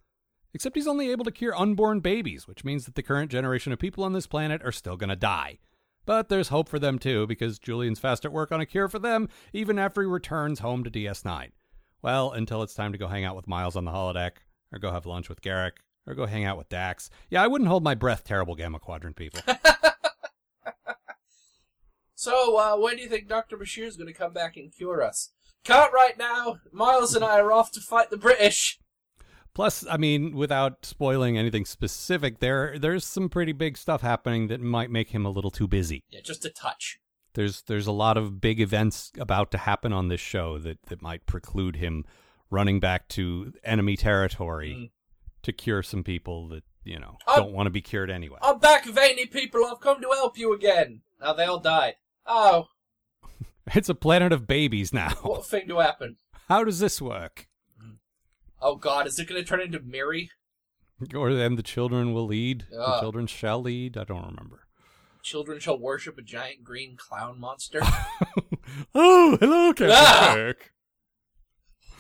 B: Except he's only able to cure unborn babies, which means that the current generation of people on this planet are still going to die. But there's hope for them too, because Julian's fast at work on a cure for them, even after he returns home to DS9. Well, until it's time to go hang out with Miles on the holodeck, or go have lunch with Garrick, or go hang out with Dax. Yeah, I wouldn't hold my breath, terrible Gamma Quadrant people.
C: So, uh, when do you think Dr. Bashir's going to come back and cure us? Can't right now. Miles and I are off to fight the British.
B: Plus, I mean, without spoiling anything specific, there there's some pretty big stuff happening that might make him a little too busy.
C: Yeah, just a touch.
B: There's there's a lot of big events about to happen on this show that that might preclude him running back to enemy territory
C: Mm.
B: to cure some people that you know
C: I'm-
B: don't want to be cured anyway.
C: I'm back, veiny people. I've come to help you again. Now they all died. Oh,
B: It's a planet of babies now.
C: what a thing to happen.
B: [laughs] How does this work?
C: Oh God, is it going to turn into Mary?
B: Or then the children will lead. The
C: Ugh.
B: children shall lead. I don't
C: [laughs]
B: remember.
C: Children shall worship a giant green
B: [laughs]
C: clown monster.
B: oh, hello, Captain
C: Ah!
B: Kirk.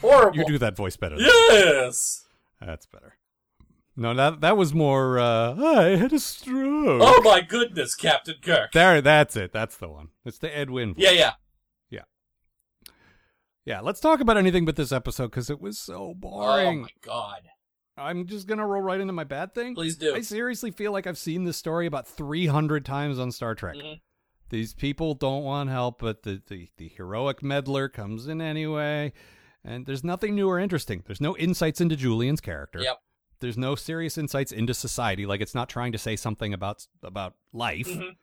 C: Horrible.
B: You do that voice better. than
C: Yes.
B: That's better. No, that that was more. Uh, I had a stroke.
C: Oh my goodness, Captain Kirk.
B: There, that's it. That's the one. It's the Edwin.
C: yeah, yeah.
B: yeah. Let's talk about anything but this episode because it was so
C: Oh
B: boring.
C: my God.
B: I'm just gonna roll right into my bad thing.
C: Please do.
B: I seriously feel like I've seen this story about 300 times on Star Trek.
C: Mhm.
B: These people don't want help, but the, the the heroic meddler comes in anyway. And there's nothing new or interesting. There's no insights into Julian's character.
C: Yep.
B: there's no serious insights into society like it's not trying to say something about about life
C: Mhm.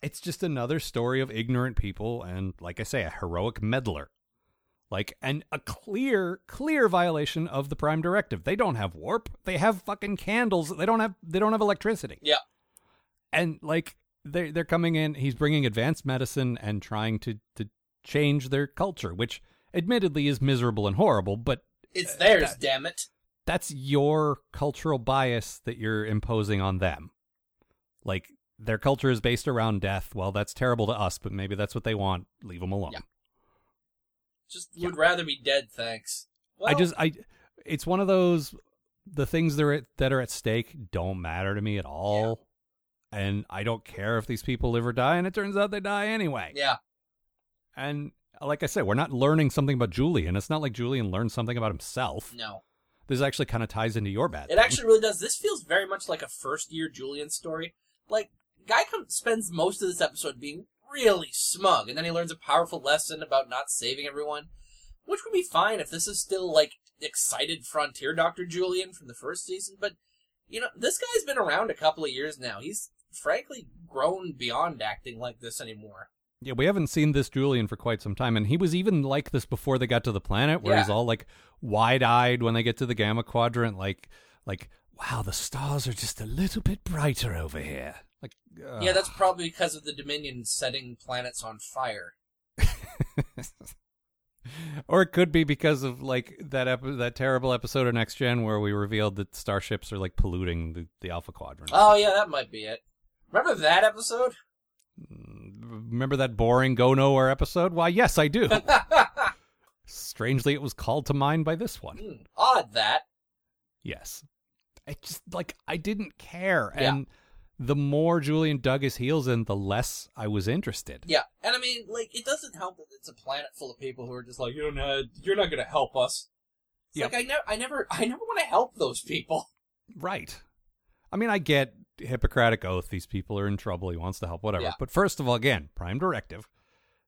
B: it's just another story of ignorant people and like i say a heroic meddler like and a clear clear violation of the prime directive they don't have warp they have fucking candles they don't have they don't have electricity
C: Yeah.
B: and like they they're coming in he's bringing advanced medicine and trying to to change their culture which admittedly is miserable and horrible but
C: It's theirs, damn it.
B: that's your cultural bias that you're imposing on them. Like their culture is based around death. Well, that's terrible to us, but maybe that's what they want. Leave them alone.
C: Yeah. Just would rather be dead, thanks. Well,
B: I just I it's one of those the things that are at, that are at stake don't matter to me at all. And I don't care if these people live or die and it turns out they die anyway.
C: Yeah.
B: And like I said, we're not learning something about Julian. It's not like Julian learned something about himself.
C: No.
B: This actually kind of ties into your bad.
C: It
B: thing.
C: actually really does. This feels very much like a first year Julian story. Like, guy come, spends most of this episode being really smug, and then he learns a powerful lesson about not saving everyone, which would be fine if this is still, like, excited frontier Dr. Julian from the first season, but, you know, this guy's been around a couple of years now. He's frankly grown beyond acting like this anymore.
B: Yeah, we haven't seen this Julian for quite some time, and he was even like this before they got to the planet, where he's
C: Yeah.
B: all like wide-eyed when they get to the Gamma Quadrant, like, like, wow, the stars are just a little bit brighter over here. Like, uh, ugh.
C: Yeah, that's probably because of the Dominion setting planets on fire.
B: or it could be because of like that ep- that terrible episode of Next Gen where we revealed that starships are like polluting the, the Alpha Quadrant.
C: Oh, yeah, that might be it. Remember that episode?
B: Remember that boring go nowhere episode? Why, yes, I
C: [laughs]
B: do. Strangely, it was called to mind by this one.
C: Hmm, odd that.
B: Yes. I just like I didn't care.
C: Yeah.
B: And the more Julian dug his heels in, the less I was interested.
C: Yeah, and I mean, like, it doesn't help that it's a planet full of people who are just like, you don't know, you're not gonna help us. It's
B: Yep.
C: Like I never, I never, [laughs] I never want to help those people.
B: Right. I mean, I get Hippocratic oath, these people are in trouble, he wants to help, whatever.
C: Yeah.
B: But first of all, again, prime directive.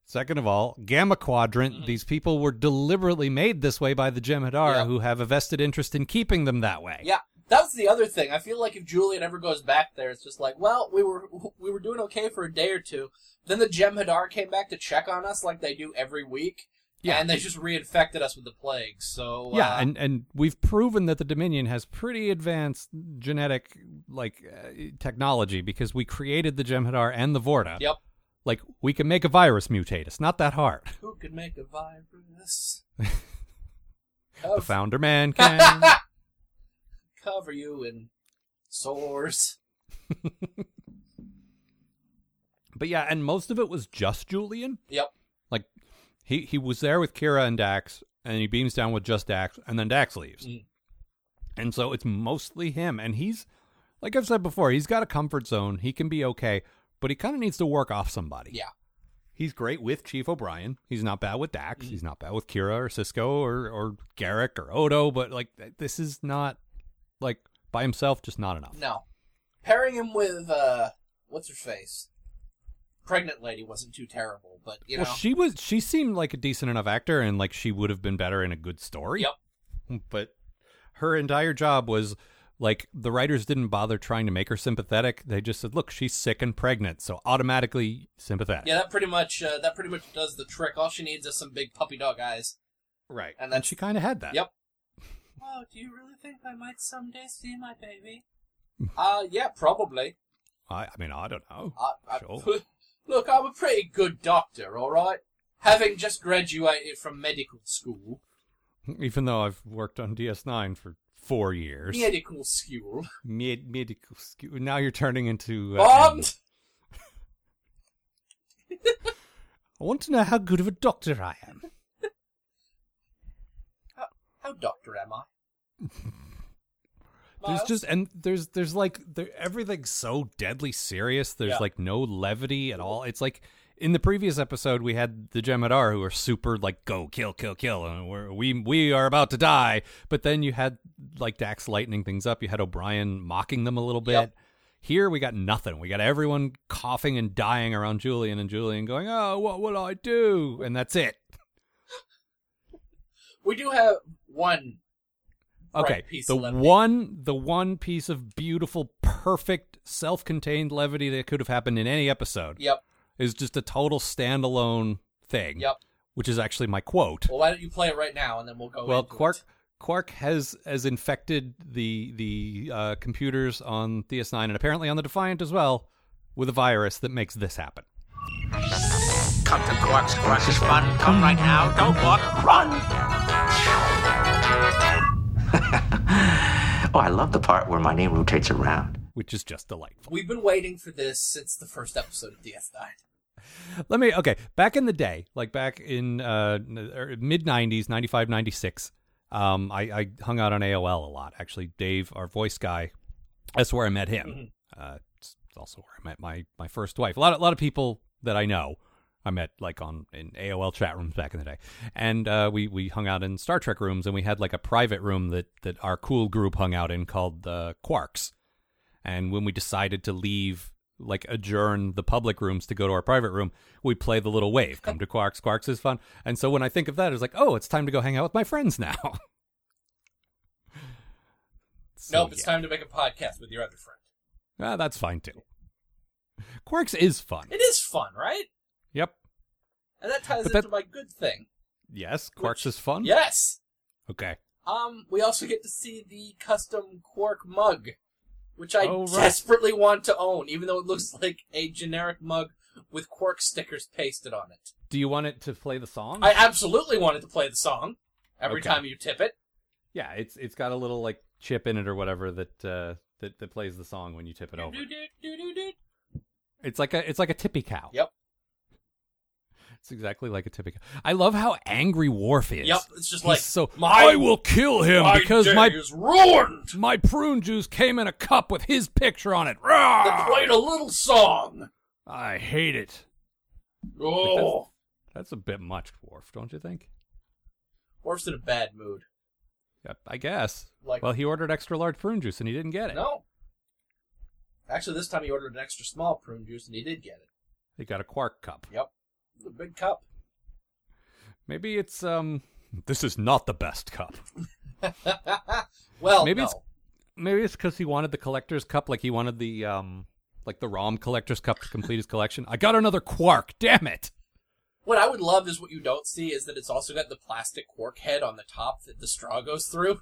B: Second of all, Gamma Quadrant, these people were deliberately made this way by the Jem'Hadar
C: Mm-hmm. Yeah.
B: who have a vested interest in keeping them that way.
C: Yeah, that's the other thing. I feel like if Julian ever goes back there, it's just like, well, we were, [laughs] we were doing okay for a day or two. Then the Jem'Hadar came back to check on us like they do every week.
B: Yeah.
C: and they just reinfected us with the plague. So
B: Yeah,
C: uh,
B: and and we've proven that the Dominion has pretty advanced genetic like uh, technology because we created the Jem'Hadar and the Vorta.
C: yep,
B: Like we can make a virus mutate. It's not that hard.
C: who could make
B: [laughs]
C: a virus?
B: The
C: Cover-
B: founder
C: [laughs]
B: man can.
C: cover you in sores.
B: but yeah, and most of it was just Julian.
C: Yep.
B: Like he he was there with Kira and Dax and he beams down with just Dax and then Dax leaves.
C: Mm.
B: And so it's mostly him. And he's, like I've said before, he's got a comfort zone. He can be okay, but he kind of needs to work off somebody.
C: Yeah.
B: He's great with Chief O'Brien. He's not bad with Dax. He's not bad with Kira or Cisco or, or Garrick or Odo, but like th- this is not, like, by himself, just not enough.
C: No. Pairing him with uh what's her face? Pregnant lady wasn't too terrible, but you know
B: Well, she was. She seemed like a decent enough actor, and like she would have been better in a good story.
C: Yep.
B: but her entire job was like the writers didn't bother trying to make her sympathetic. They just said, "Look, she's sick and pregnant, so automatically sympathetic."
C: Yeah, that pretty much uh, that pretty much does the trick. All she needs is some big puppy dog eyes.
B: right.
C: and
B: And,
C: that's-
B: she kind of had that.
C: [laughs] Yep. Oh, do you really think I might someday see my
B: [laughs]
C: baby? Uh yeah, probably.
B: I, I mean, I don't know.
C: I, I,
B: sure.
C: [laughs] Look, I'm a pretty good doctor, all right. Having just graduated from medical school,
B: Even though I've worked on DS9 for four years.
C: medical school.
B: Med- medical. scu- Now you're turning into. uh,
C: Um,
B: animal. I want to know how good of a doctor I am.
C: how doctor
B: [laughs]
C: am I?
B: There's
C: Miles?
B: just and there's there's like there, everything's so deadly serious. There's
C: Yeah.
B: like no levity at all. It's like in the previous episode we had the Jemadar who are super like go kill kill kill and we're, we we are about to die. But then you had like Dax lightening things up. You had O'Brien mocking them a little bit.
C: Yep.
B: Here we got nothing. We got everyone coughing and dying around Julian and Julian going, "Oh, what will I do?" And that's it.
C: We do have one. bright
B: Okay,
C: piece
B: the
C: of levity.
B: one, the one piece of beautiful, perfect, self-contained levity that could have happened in any episode
C: Yep.
B: is just a total standalone thing.
C: Yep.
B: which is actually my quote.
C: Well, why don't you play it right now, and then we'll go.
B: well,
C: into
B: Quark,
C: it.
B: Quark has has infected the the uh, computers on DS9 and apparently on the Defiant as well with a virus that makes this happen.
F: Come to Quark's. Quark's is fun. Come right now. Don't walk. Run.
D: [laughs] Oh, I love the part where my name rotates around.
B: Which is just delightful.
C: We've been waiting for this since the first episode of DS9.
B: Let me, okay, back in the day, like back in uh, mid 90s, 95, 96, um, I, I hung out on AOL a lot. Actually, Dave, our voice guy, that's where I met him.
C: Mm-hmm.
B: Uh, it's also where I met my, my first wife. A lot, a lot of people that I know I met like on in AOL chat rooms back in the day, and uh, we we hung out in Star Trek rooms, and we had like a private room that that our cool group hung out in called the Quarks. And when we decided to leave, like adjourn the public rooms to go to our private room, we play the little wave. Come to Quarks, Quarks is fun. And so when I think of that, it's like, oh, it's time to go hang out with my friends now. [laughs] So,
C: nope, it's
B: yeah.
C: time to make a podcast with your other friend.
B: Ah, that's fine too. Quarks is fun.
C: It is fun, right?
B: Yep.
C: And that ties
B: But
C: into
B: that-
C: my good thing.
B: Yes, Quarks is fun.
C: Yes.
B: Okay.
C: Um, we also get to see the custom Quark mug, which I
B: Oh, right.
C: desperately want to own, even though it looks [laughs] like a generic mug with Quark stickers pasted on it.
B: Do you want it to play the song?
C: I absolutely wanted to play the song every
B: Okay.
C: time you tip it.
B: Yeah, it's it's got a little like chip in it or whatever that uh, that that plays the song when you tip it over.
C: Do-do-do-do-do-do.
B: It's like a it's like a tippy cow.
C: Yep.
B: It's exactly like a tippy cow. I love how angry Worf is.
C: Yep, it's just
B: He's
C: like
B: so
C: my-
B: I will kill him
C: My
B: because
C: day
B: my
C: is ruined.
B: my prune juice came in a cup with his picture on it.
C: They
B: Rawr!
C: played a little song.
B: I hate it.
C: Oh,
B: That's a bit much, Worf, don't you think?
C: Worf's in a bad mood.
B: Yep, I guess.
C: Like-
B: well, he ordered extra large prune juice and he didn't get it.
C: No. Actually, this time he ordered an extra small prune juice, and he did get it.
B: He got a quark cup.
C: Yep, a big cup. [laughs]
B: Maybe it's um. This is not the best cup.
C: well,
B: Maybe
C: no.
B: it's- Maybe it's because he wanted the collector's cup, like he wanted the um, like the ROM collector's cup to complete his collection. I got another quark. Damn it! [laughs]
C: What I would love is what you don't see is that it's also got the plastic cork head on the top that the straw goes through.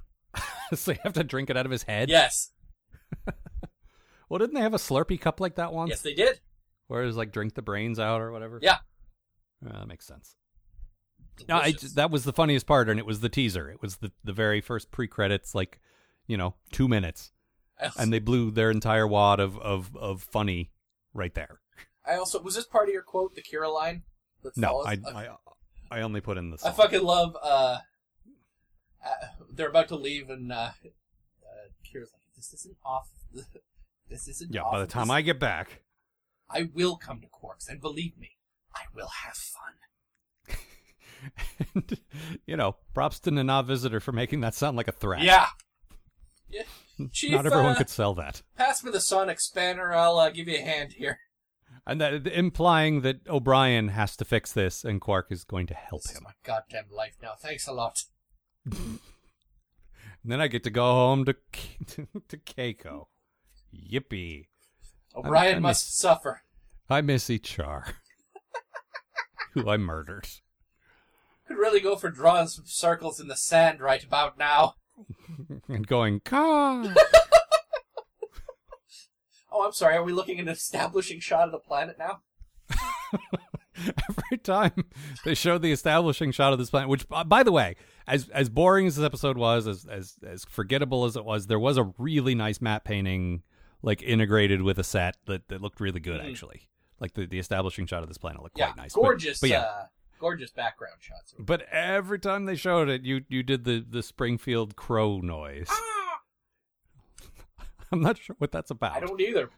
B: so you have to drink it out of his head.
C: Yes.
B: Well, didn't they have a Slurpee cup like that once,
C: Yes, they did.
B: where it was like drink the brains out or whatever?
C: Yeah.
B: Uh, that makes sense. No, I,
C: Delicious.
B: that was the funniest part, and it was the teaser. It was the the very first pre credits, like you know, two minutes,
C: I
B: [laughs]
C: also,
B: and they blew their entire wad of of of funny right there.
C: I also was this part of your quote, the Kira line? That
B: No,
C: follows-
B: I,
C: Okay.
B: I I only put in the
C: I
B: song.
C: fucking love. uh, uh They're about to leave, and uh, here is like, if this isn't off, [laughs] the, this isn't.
B: Yeah,
C: off
B: by the
C: of
B: time
C: this-
B: I get back, [laughs]
C: I will come to Quarks, and believe me, I will have fun.
B: and, you know, props to Nana Visitor for making that sound like a threat.
C: Yeah. Yeah.
B: [laughs]
C: Chief,
B: Not everyone
C: uh,
B: could sell that.
C: pass me the sonic spanner. I'll uh, give you a hand
B: [laughs]
C: here.
B: And that implying that O'Brien has to fix this and Quark is going to help
C: This is
B: him.
C: my goddamn life now. Thanks a lot.
B: And then I get to go home to [laughs] K- to Keiko. Yippee.
C: O'Brien
B: I miss-
C: must suffer.
B: I miss Char, [laughs] who I murdered.
C: Could really go for drawing some circles in the sand right about now.
B: And going, Ka!
C: Oh, I'm sorry. Are we looking at an establishing shot of the planet now?
B: [laughs] Every time they showed the establishing shot of this planet, which, by- by the way, as as boring as this episode was, as as as forgettable as it was, there was a really nice matte painting, like integrated with a set that, that looked really good,
C: Mhm.
B: actually. Like the, the establishing shot of this planet looked
C: Yeah,
B: quite nice, But-
C: gorgeous.
B: But, yeah,
C: uh, gorgeous background shots.
B: but every time they showed it, you you did the the Springfield crow noise.
C: Ah!
B: [laughs] I'm not sure what that's about.
C: I don't e-, either.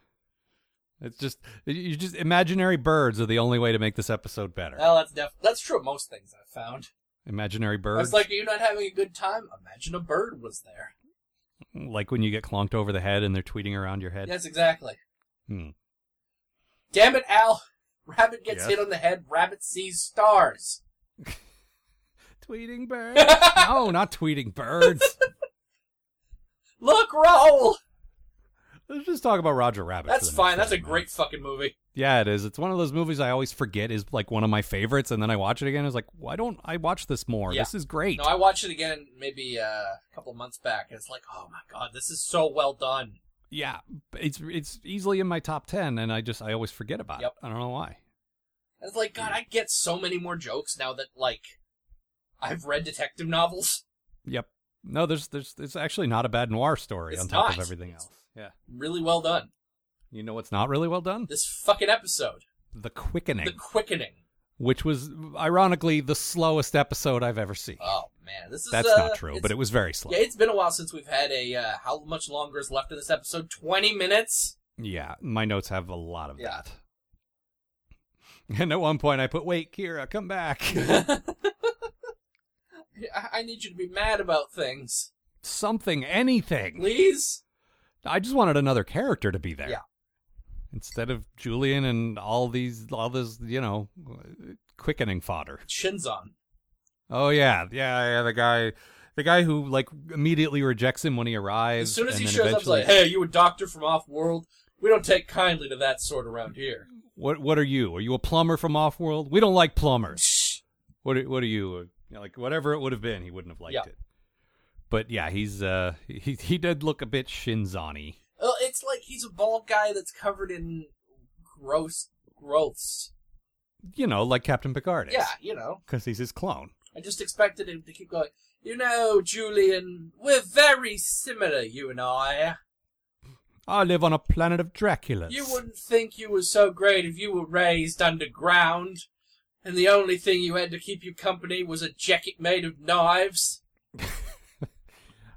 B: It's just you just imaginary birds are the only way to make this episode better.
C: Well, that's def- that's true. of Most things I've found.
B: imaginary
C: I was
B: birds,
C: like, are you not having a good time? Imagine a bird was there.
B: like when you get clonked over the head and they're tweeting around your head.
C: Yes, exactly.
B: Hmm.
C: Damn it, Al! [laughs] Rabbit gets
B: Yes.
C: hit on the head. Rabbit sees stars.
B: Tweeting
C: [laughs]
B: birds? no, not tweeting birds.
C: Look, roll.
B: [laughs] Let's just talk about Roger Rabbit. for
C: That's
B: the next
C: fine. That's a
B: thirty
C: great
B: minutes.
C: fucking movie.
B: Yeah, it is. It's one of those movies I always forget is like one of my favorites, and then I watch it again. I was like, why don't I watch this more?
C: Yeah.
B: This is great.
C: No, I watched it again maybe uh, a couple months back, and it's like, oh my god, this is so well done.
B: yeah, it's it's easily in my top ten, and I just I always forget about
C: Yep.
B: it. I don't know why.
C: And it's like, God, I get so many more jokes now that like I've read detective novels.
B: Yep. No, there's there's it's actually not a bad noir story
C: It's
B: on top
C: not.
B: of everything else. Yeah.
C: Really well done.
B: You know what's not really well done?
C: This fucking episode,
B: The Quickening,
C: the quickening.
B: which was ironically the slowest episode I've ever seen.
C: Oh man, this is
B: That's
C: uh,
B: not true,
C: it's-
B: but it was very slow.
C: Yeah, it's been a while since we've had a. Uh, how much longer is left in this episode? Twenty minutes.
B: Yeah, my notes have a lot of
C: Yeah.
B: that. [laughs] And at one point, I put, "Wait, Kira, come
C: [laughs]
B: back."
C: I, I need you to be mad about things,
B: Something, anything.
C: please.
B: I just wanted another character to be there.
C: Yeah.
B: Instead of Julian and all these, all this, you know, quickening fodder.
C: Shinzon.
B: Oh yeah, yeah, yeah. The guy, the guy who like immediately rejects him when he arrives.
C: As soon as
B: and
C: he
B: then
C: shows up, it's
B: eventually,
C: like, "Hey, you a doctor from off world? We don't take kindly to that sort around here."
B: what? What are you? Are you a plumber from Offworld? We don't like plumbers.
C: Shh.
B: What? are- What are you? You know, like whatever it would have been, he wouldn't have liked
C: Yeah.
B: it. But yeah, he's uh he he did look a bit Shinzani.
C: Well, it's like he's a bald guy that's covered in gross growths.
B: You know, like Captain Picard is.
C: Yeah, you know.
B: because he's his clone.
C: I just expected him to keep going. You know, Julian, we're very similar, you and I.
B: I live on a planet of Draculas.
C: You wouldn't think you were so great if you were raised underground, and the only thing you had to keep you company was a jacket made of knives.
B: [laughs]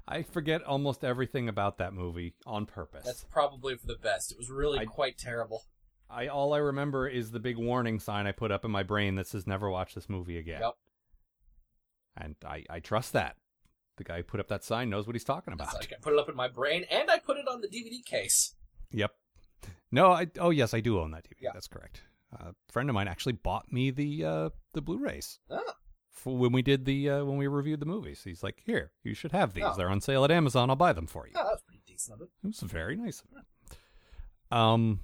B: I forget almost everything about that movie on purpose.
C: That's probably for the best. It was really
B: I-
C: quite terrible.
B: I all I remember is the big warning sign I put up in my brain that says "Never watch this movie again."
C: Yep.
B: And I I trust that the guy who put up that sign knows what he's talking
C: It's
B: about.
C: like I put it up in my brain, and I put it on the DVD case.
B: Yep. No, I oh yes, I do own that DVD.
C: Yeah.
B: That's correct. Uh, a friend of mine actually bought me the uh, the Blu-rays
C: Oh,
B: for when we did the uh, when we reviewed the movies. He's like, "Here, you should have these.
C: Oh.
B: They're on sale at Amazon. I'll buy them for you."
C: oh, that was pretty decent of it.
B: It was very nice of him. Um.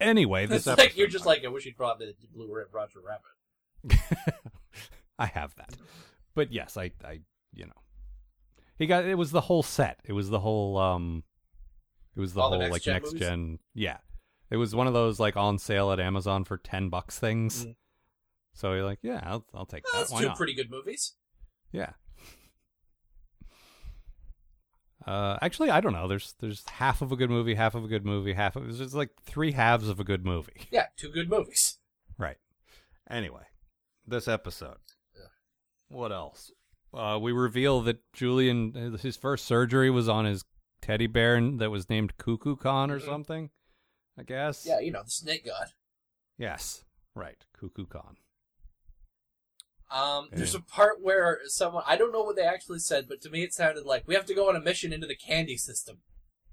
B: Anyway, this
C: It's [laughs] like you're
B: episode-
C: just like I wish you'd brought me the blue red Roger Rabbit.
B: [laughs] I have that. But yes, I, I, you know, he got it was the whole set. It was the whole, um, it was the
C: All the
B: whole
C: next
B: like
C: gen
B: next
C: movies?
B: gen. Yeah, it was one of those like on sale at Amazon for ten bucks things.
C: Mm.
B: So you're like, yeah, I'll, I'll take
C: Well,
B: that.
C: that's
B: Why
C: two
B: not?
C: pretty good movies.
B: Yeah. Uh, actually, I don't know. There's there's half of a good movie, half of a good movie, half of it's just like three halves of a good movie.
C: Yeah, two good movies.
B: Right. Anyway, this episode. What else? Uh, we reveal that Julian his first uh, surgery was on his teddy bear n- that was named Cuckoo Khan or something. I guess.
C: Yeah, you know, the snake god.
B: Yes. Right. Cuckoo Khan.
C: Um, There's
B: Yeah.
C: a part where someone, I don't know what they actually said, but to me it sounded like, we have to go on a mission into the
B: [laughs]
C: candy system.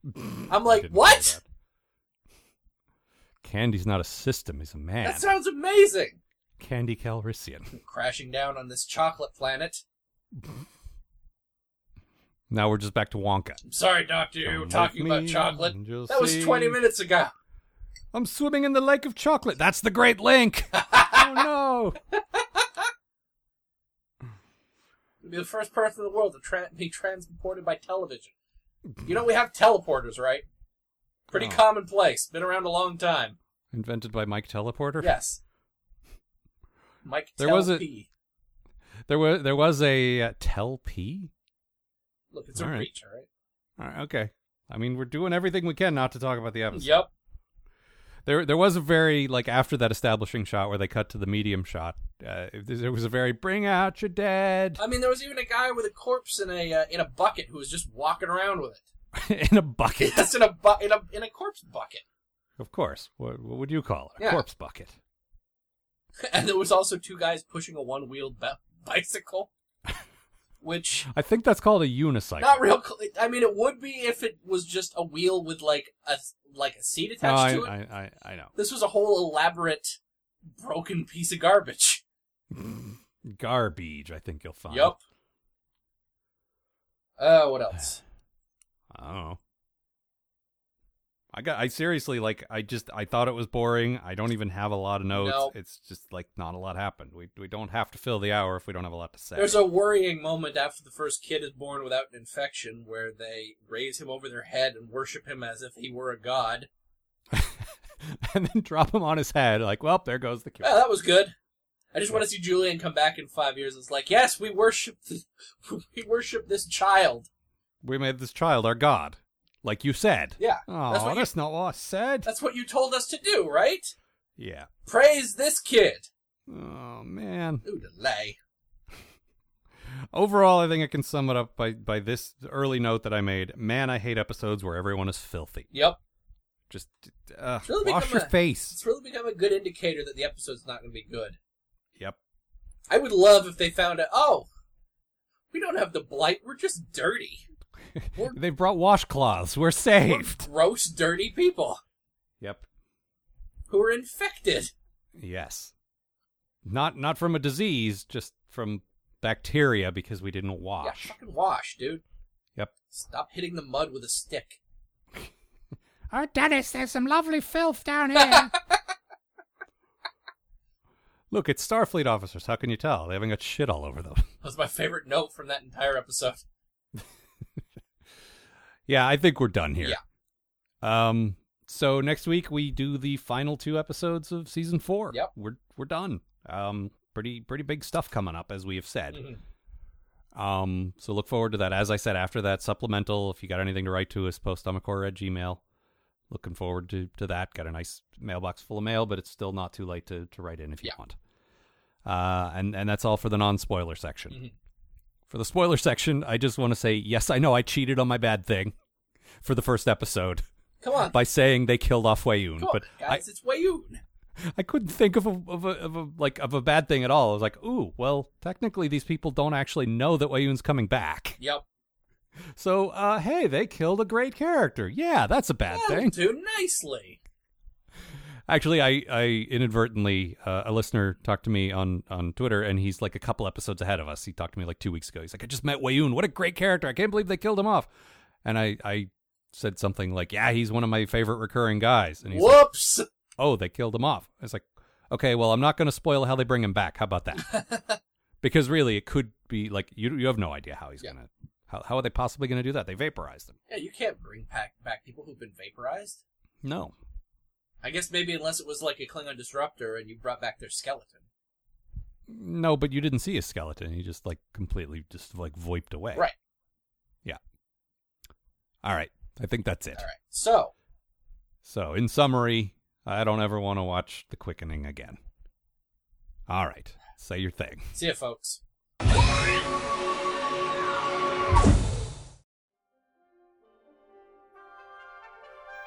C: I'm
B: I
C: like,
B: didn't know
C: what?
B: that. Candy's not a system; he's a man.
C: That sounds amazing.
B: Candy Calrissian.
C: Crashing down on this chocolate planet.
B: Now we're just back to Wonka.
C: I'm sorry, Doctor, you were
B: Come
C: talking
B: with
C: about
B: me
C: chocolate.
B: and you'll
C: That was
B: see.
C: 20 minutes ago.
B: I'm swimming in the lake of chocolate. That's the Great
C: [laughs]
B: Link. oh no!
C: You'll be the first person in the world to tra- be transported by television. You know, we have teleporters, right? Pretty
B: Oh.
C: commonplace. Been around a long time.
B: Invented by Mike Teleporter.
C: Yes. Mike
B: There
C: Tel
B: was a-
C: P.
B: There was there was a uh, Tel P.
C: Look, it's a
B: All right.
C: reach, all right?
B: All right, okay. I mean, we're doing everything we can not to talk about the episode.
C: Yep.
B: There, there was a very like after that establishing shot where they cut to the medium shot. Uh, there was a very bring out your dead [laughs]
C: I mean, there was even a guy with a corpse in a uh, in a bucket who was just walking around with it.
B: in a [laughs] bucket.
C: That's in a bu- in a in a corpse bucket. [laughs]
B: Of course. What, what would you call it? A
C: Yeah.
B: corpse bucket.
C: And there was also two guys pushing a one wheeled ba- bicycle, [laughs] which
B: I think that's called a unicycle.
C: Not real. Cl- I mean, it would be if it was just a wheel with like a like a seat
B: No,
C: attached
B: Oh, I,
C: to it.
B: I, I, I know.
C: This was a whole elaborate broken piece of garbage.
B: Garbage. I think you'll find.
C: Yep. Uh, what else?
B: I don't know. I got. I seriously like. I just. I thought it was boring. I don't even have a lot of notes.
C: No.
B: It's just like not a lot happened. We we don't have to fill the hour if we don't have a lot to say.
C: There's a worrying moment after the first kid is born without an infection, where they raise him over their head and worship him as if he were a god.
B: [laughs] and then drop him on his head. Like, well, there goes the cure.
C: Yeah, Ah, that was good. I just want to see Julian come back in five years. It's like, yes, we worship, th- [laughs] we worship this child.
B: we made this child our god, like you said.
C: Yeah,
B: Oh, that's,
C: that's what you-
B: not what I said.
C: That's what you told us to do, right?
B: Yeah.
C: Praise this kid.
B: Oh man.
C: Ooh, delay.
B: Overall, I think I can sum it up by by this early note that I made. Man, I hate episodes where everyone is filthy.
C: Yep.
B: Just uh,
C: It's really
B: wash
C: become
B: your
C: a-
B: face.
C: It's really become a good indicator that the episode's not going to be good.
B: Yep.
C: I would love if they found out, oh, we don't have the blight, we're just dirty. We're,
B: They brought washcloths. We're
C: we're
B: saved.
C: gross, dirty people
B: Yep.
C: who are infected.
B: Yes. Not not from a disease, just from bacteria because we didn't wash.
C: Yeah, fucking wash, dude.
B: Yep.
C: Stop hitting the mud with a stick.
B: Oh, Dennis, there's some lovely filth [laughs] down here. Look, it's Starfleet officers. How can you tell? They haven't got shit all over them.
C: That was my favorite note from that entire episode.
B: Yeah, I think we're done here.
C: Yeah.
B: Um. So next week we do the final two episodes of season four.
C: Yep.
B: We're we're done. Um. Pretty pretty big stuff coming up as we have said.
C: Mhm.
B: Um. So look forward to that. As I said, after that supplemental, if you got anything to write to us, post stomachhorror at Gmail. Looking forward to to that. Got a nice mailbox full of mail, but it's still not too late to to write in if you
C: Yeah.
B: want. Uh. And and that's all for the non spoiler section.
C: Mm-hmm.
B: For the spoiler section, I just want to say yes, I know I cheated on my bad thing for the first episode
C: Come on.
B: by saying they killed off Wayoon,
C: Come on,
B: but I,
C: guys, it's Wayoon.
B: I couldn't think of a, of a of a like of a bad thing at all. I was like, ooh, well, technically these people don't actually know that Wayoon's coming back.
C: Yep.
B: So, uh, hey, they killed a great character. Yeah, that's a bad
C: That'll
B: thing.
C: do nicely.
B: Actually, I I inadvertently uh, a listener talked to me on on Twitter, and he's like a couple episodes ahead of us. He talked to me like two weeks ago. He's like, I just met Wayoon. What a great character! I can't believe they killed him off. And I I said something like, Yeah, he's one of my favorite recurring guys. And he's like,
C: Whoops.
B: Oh, they killed him off. I was like, Okay, well, I'm not going to spoil how they bring him back. How about that?
C: [laughs]
B: because really, it could be like you you have no idea how he's
C: Yeah.
B: gonna how how are they possibly going to do that? They vaporized him.
C: Yeah, you can't bring back, back people who've been vaporized.
B: No,
C: I guess maybe unless it was like a Klingon disruptor and you brought back their skeleton.
B: no, but you didn't see his skeleton. He just like completely just like voiped away.
C: Right.
B: All right. I think that's it.
C: All right. So,
B: So, in summary, I don't ever want to watch The Quickening again. All right. Say your thing.
C: see ya, folks.